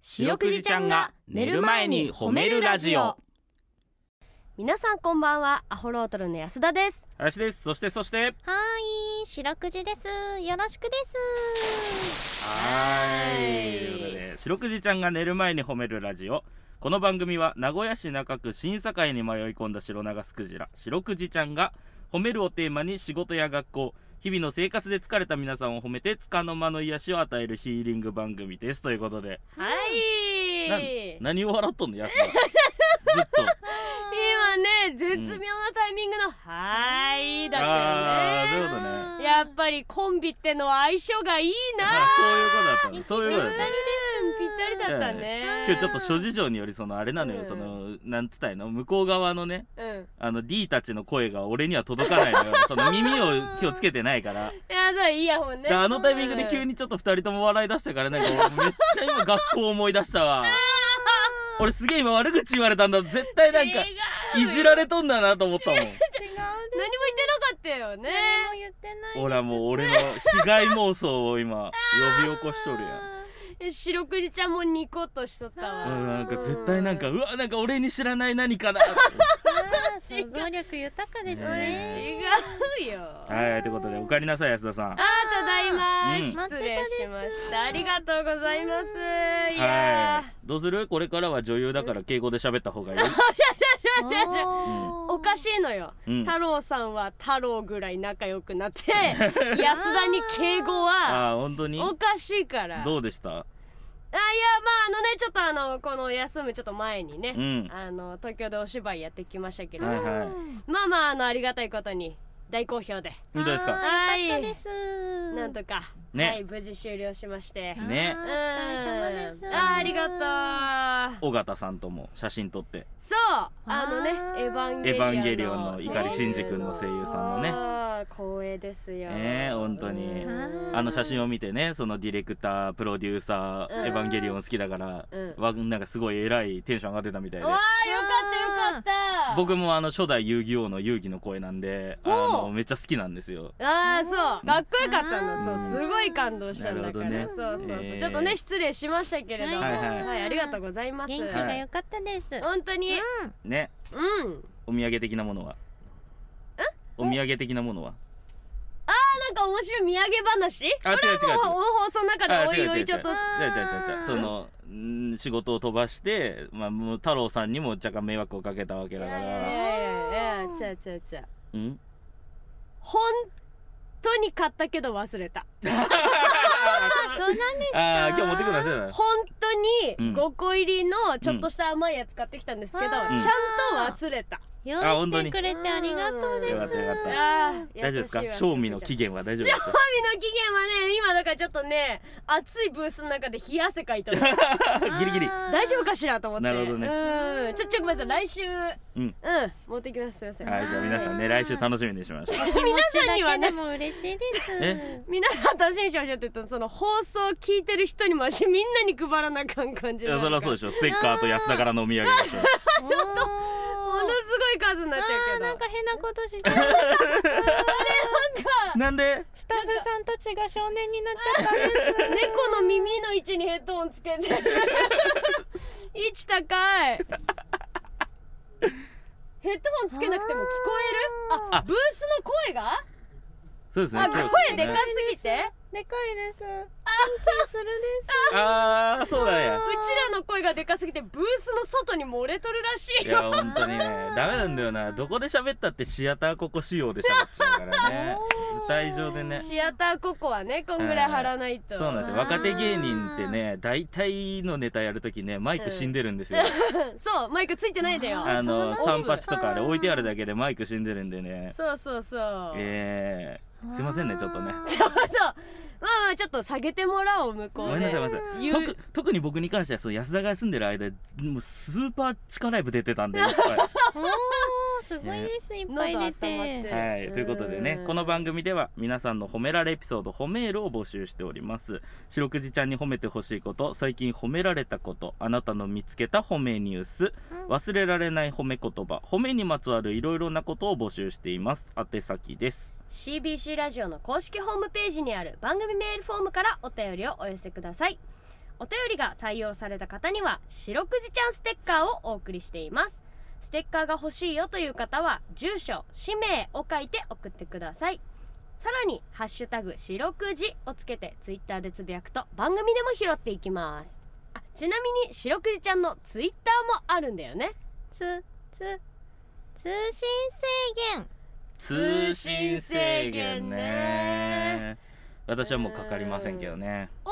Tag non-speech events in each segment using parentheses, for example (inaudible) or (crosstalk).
白くじちゃんが寝る前に褒めるラジオ皆さんこんばんはアホロートルの安田です林ですそしてそしてはーい、白くじです。よろしくです。はいということで白くじちゃんが寝る前に褒めるラジオこの番組は名古屋市中区審査会に迷い込んだ白長スクジラ白くじちゃんが褒めるをテーマに仕事や学校日々の生活で疲れた皆さんを褒めて束の間の癒しを与えるヒーリング番組ですということではいな何を笑っとんの安田ず (laughs) っと今ね絶妙なタイミングの「はーい」だあーっそういうことたねよあねやっぱりコンビってのは相性がいいなあーそういうことだったねそういうことだったねぴったりだったね今日ちょっと諸事情によりそのあれなのよ、うんそのなんつったらいいの向こう側のねうんあの D たちの声が俺には届かな (laughs) いのよその耳を今日つけてないからいやそうイヤホンねであのタイミングで急にちょっと2人とも笑い出したからなんか俺めっちゃ今学校思い出したわ俺すげえ今悪口言われたんだ絶対なんか違ういじられとんだなと思った (laughs) もん違うで何も言ってなかったよす。ね何も言ってないです。俺はもう俺の被害妄想を今呼び起こしとるやん白くじちゃんもニコッとしとったわうん、なんか絶対なんかうわなんか俺に知らない何かなあー想像力豊かですねね。違うよはいということでお帰りなさい安田さんあーただいま、うん失礼しましたありがとうございますいはやいどうするこれからは女優だから敬語で喋った (laughs) 方がいいーじゃじゃじゃおおかい。しいのよ、うん太郎さんは太郎ぐらい仲良くなって (laughs) 安田に敬語はああ本当におかしいからどうでしたあいやまああのねちょっとあのこの休むちょっと前にね、うんあの東京でお芝居やってきましたけど、はいはいまあまああのありがたいことに大好評で本当ですかあーよかったです。なんとか、ねはい無事終了しましてあー。ねお疲れ様です。うんあーありがとう尾形さんとも写真撮ってそうあのね「エヴァンゲエリヴオン」ァンゲリオンの碇シンジ君の声優さんのねあー光栄ですよねえ本当にうんあの写真を見てねそのディレクタープロデューサうんーエヴァンゲリオン好きだからうんわなんかすごい偉いテンション上がってたみたいでわあよかったよかった僕もあの初代遊戯王の遊戯の声なんであおのうめっちゃ好きなんですよああそうかっこよかったんだうんそうすごい感動したんだから、なるそほうどねそうそう、えーちょっとね失礼しましたけれどもはいは、はいいありがとうございます元気が良かったです。本当にうん。ねうんお土産的なものはお土産的なものはなんか面白い土産話あ違う違う違うもう放送の中であお違う違いうお違ういちょっと違うあ違う違う違うそのん仕事を飛ばして、まあ、もう太郎さんにも若干迷惑をかけたわけだからいやいやいやいや違う違う違ううん本当に買ったけど忘れた (laughs) そうなんです。ああ今日持ってくださいな本当うにん5個入りのちょっとした甘いやつ買ってきたんですけど、うんちゃんと忘れた、用あ意本し当てにくれてありがとうです。よかったよかったあー大丈夫ですか優しいわ賞味の期限は大丈夫ですか賞味の期限はね今だからちょっとね暑いブースの中で冷や汗かいたの (laughs) ギリギリ大丈夫かしらと思ってなるほどねうんちょちょごめんなさい来週ううんん持ってきますすいません、はいじゃあ皆さんね来週楽しみにしましょう夫。皆さんにはねでも嬉しいです。え皆さん楽しみにしましょうって言うとその放送聞いてる人にも私みんなに配らなあかん感じいやそりゃそうでしょステッカーと安田からのお土産でしょちょっと。ものすごい数になっちゃうあけーどなんか変なことしてる (laughs) なんでスタッフさんたちが少年になっちゃったね猫の耳の位置にヘッドホンつけて (laughs) 位置高いヘッドホンつけなくても聞こえるああブースの声がそうですねあ今日声でかねすぎてでかいですあするですああそうだうねちらの声がでかすぎてブースの外に漏れとるらしいいや本当にねダメなんだよなどこで喋ったってシアターここ仕様で喋っちゃうから (laughs) ね舞台上でねシアターココはねこんぐらい張らないとそうなんですよ若手芸人ってね大体のネタやるときねマイク死んでるんですよ、そうマイクついてないでよあのそうなん三ですか八とかあれ置いてあるだけでマイク死んでるんでねそうそうそうえー、すいませんねちょっとねちょっとまあまあちょっと下げてもらおう向こごうでめんなさいごめんなさ言いう特特に僕に関してはその安田が住んでる間もうスーパー地下ライブ出てたんでいっぱいおーすごいですいっぱい喉温出まっててはい、ということでねうんこの番組では皆さんの褒められエピソード褒めールを募集しております白くじちゃんに褒めてほしいこと最近褒められたことあなたの見つけた褒めニュース忘れられない褒め言葉褒めにまつわるいろいろなことを募集しています宛先です CBC ラジオの公式ホームページにある番組メールフォームからお便りをお寄せくださいお便りが採用された方には白くじちゃんステッカーをお送りしていますステッカーが欲しいよという方は住所氏名を書いて送ってくださいさらに「ハッシュタグ白くじ」をつけてツイッターでつぶやくと番組でも拾っていきますあちなみに白くじちゃんのツイッターもあるんだよねつつ通信制限通信制限ね私はもうかかりませんけどねあ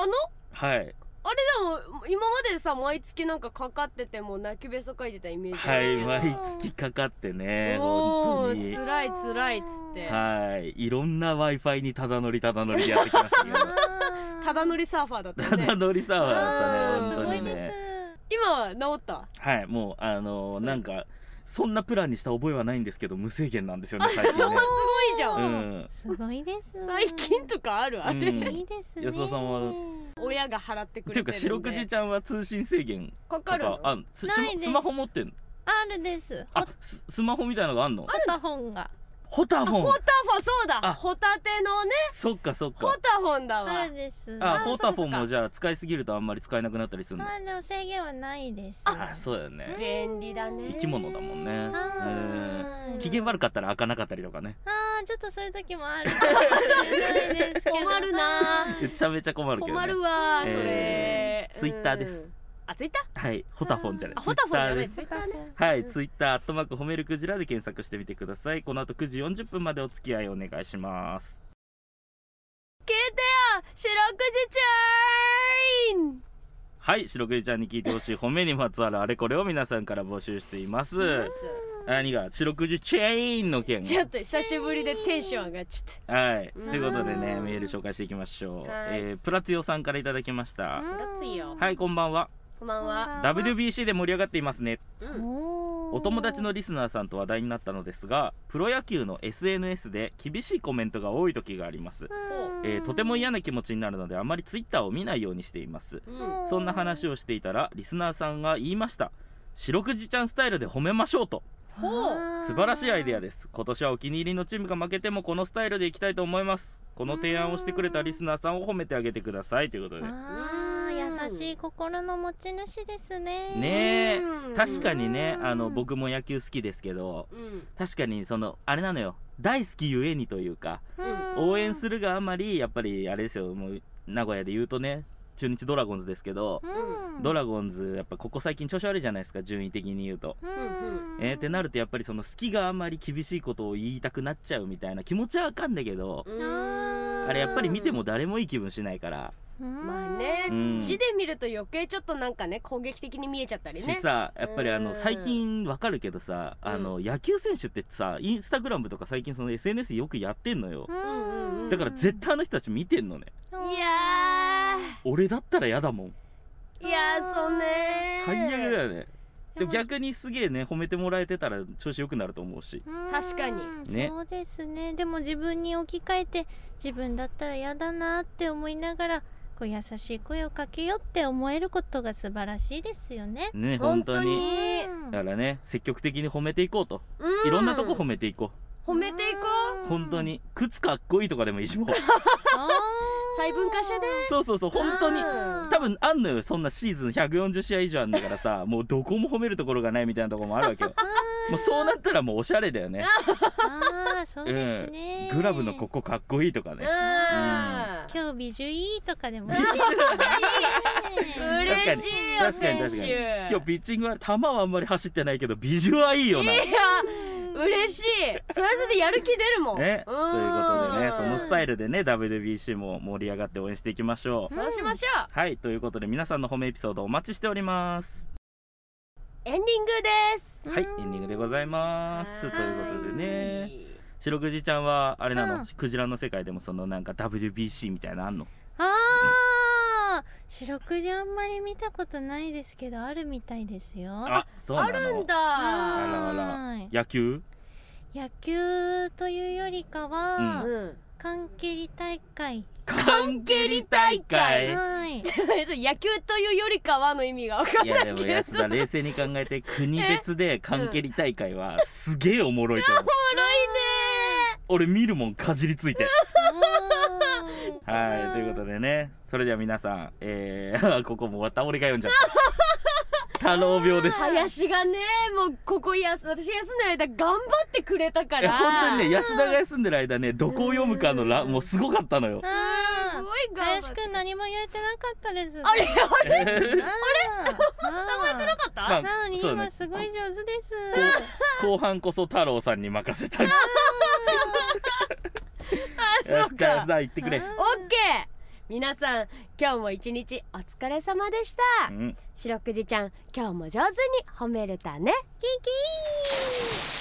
のあのはいあれでも今までさ毎月なんかかかってても泣きべそかいてたイメージだはけいど毎月かかってねおー本当に辛い辛いっつってはいいろんな w i f i にただ乗りただ乗りでやってきましたけどただ乗りサーファーだったたねだ (laughs) 乗りサーファーだったねうん本当すごいにでねす今は治ったはいもうあのーなんかそんなプランにした覚えはないんですけど無制限なんですよね最近ねすごいじゃうんんすごいです最近とかあるあうんれいいですね安田さんは親が払ってくていれうかてる白んくじでちゃんは通信制限かとかるかのあんススマないですスマホ持ってんのあるですあススマホみたいなのがあんのあった本がホタフホォンタフォそうだあホタテのね (laughs) そっかそっホかタフォンだあわるですああホタフそうかそォンうもかじゃあ使いすぎるとあんまり使えなくなったりするのまあでも制限はないですあそうだよね便利だね生き物だもんねはうーんい機嫌悪かったら開かなかったりとかねあーちょっとそういう時もあるかも (laughs) しれないですけど困るなーめちゃめちゃ困るけど困ねるわーそえれー Twitter ですうんあツイッターはいホタフォンじゃないあホタフォンじゃない Twitter ですツイッターねはいツイッターアットマーク褒めるクジラで検索してみてくださいこの後9時40分までお付き合いお願いします聞いてよ白くじちゃーんはい白くじちゃんに聞いてほしい褒めにまつわるあれこれを皆さんから募集しています何が白くじチェーンの件ちょっと久しぶりでテンション上がっちゃっはい、とうんいうことでねメール紹介していきましょはう、いえープラツヨさんからいただきましたガたッツいよはいこんばんはこんばんは、 WBC で盛り上がっていますねうん、おお友達のリスナーさんと話題になったのですがプロ野球の SNS で厳しいコメントが多い時があります、えーとても嫌な気持ちになるのであまり Twitter を見ないようにしていますうん、そんな話をしていたらリスナーさんが言いました白くじちゃんスタイルで褒めましょうとほう素晴らしいアイデアでです今年はお気に入りのチームが負けてもこのスタイルでいきたいと思いますこの提案をしてくれたリスナーさんを褒めてあげてくださいということであー優しい心の持ち主ですねねえうん確かにねうんあの僕も野球好きですけどうん確かにそのあれなのよ大好きゆえにというか応援するるがあまりやっぱりあれですよもう名古屋で言うとね中日ドラゴンズですけど、ドラゴンズやっぱここ最近調子悪いじゃないですか順位的に言うと。えー、ってなるるとやっぱりその好きがあまり厳しいことを言いたくなっちゃうみたいな気持ちはわかんだけど、うんあれやっぱり見ても誰もいい気分しないから、まあね、うん字で見ると余計ちょっとなんかね攻撃的に見えちゃったりしねさやっぱりあうのん最近わかるけどさあの野球選手ってさインスタグラムとか最近その SNS よくやってんのよんうんだから絶対あの人たち見てんのね対いや俺だったら嫌だもんーいやーそうね最悪だよねでもでも逆にすげえね褒めてもらえてたら調子良くなると思うし確かにうんねそうですねでも自分に置き換えて自分だったら嫌だなって思いながらこう優しい声をかけようって思えることが素晴らしいですよね。ね本当本当ににえうんだからね積極的に褒めていこうとういろんなとこ褒めていこ褒めていこうう本当。に靴かっこいいとかでもいいし (laughs) もうあー細分化してねそうそうそう本当にうん多分あんのよそんなシーズン140試合以上あんだからさもうどこも褒めるところがないみたいなところもあるわけよもうそうなったらもうおしゃれだよねあーそうですね、グラブのここかっこいいとかねう今日ビジュイとかでもいい (laughs) でんすね。確か嬉にしいよ確か選に確かに手今日ピッチングは球はあんまり走ってないけどビジュはいいよないや嬉しいそれでやる気出るもんね、とういうんことでねその人スタイルでね WBC も盛り上がって応援していきましょう、そうしましょうはいということで皆さんの褒めエピソードお待ちしておりますエンディングですはいエンディングでございますということでね白くじちゃんはあれなの、うんクジラの世界でもそのなんか WBC みたいなのあんのああ白くじあんまり見たことないですけどあるみたいですよ。あそうなあのるんあだらあはいら野球野球というよりかは、うん関係り大会関係り大会 (laughs) はいちょっと (laughs) 野球というよりかはの意味が分かいやでも安田冷静に考え (laughs) て国別で関係り大会はすげえおもろいと思うるいね (laughs) 俺見るもんかじりついてったなはい、ということでね、それでは皆さん、えー、 (laughs) ここも終わった、俺が読んじゃ (laughs) った。太郎病です。林がねもうここやす私休んでる間頑張ってくれたかいやら本当にね安田が休んでる間ねどこを読むかのらもうすごかったのよ。すあごいー頑張林っくてん何も言えてなかったですあれあれなあれあれかった、まあなのにそうね今すごい上手ですこう後半こそ太郎さんに任せた。よあしそう (laughs) じゃあ安か田行ってくれ。オッケー皆さん今日も一日お疲れ様でしたうん白くじちゃん今日も上手に褒めれたねキキー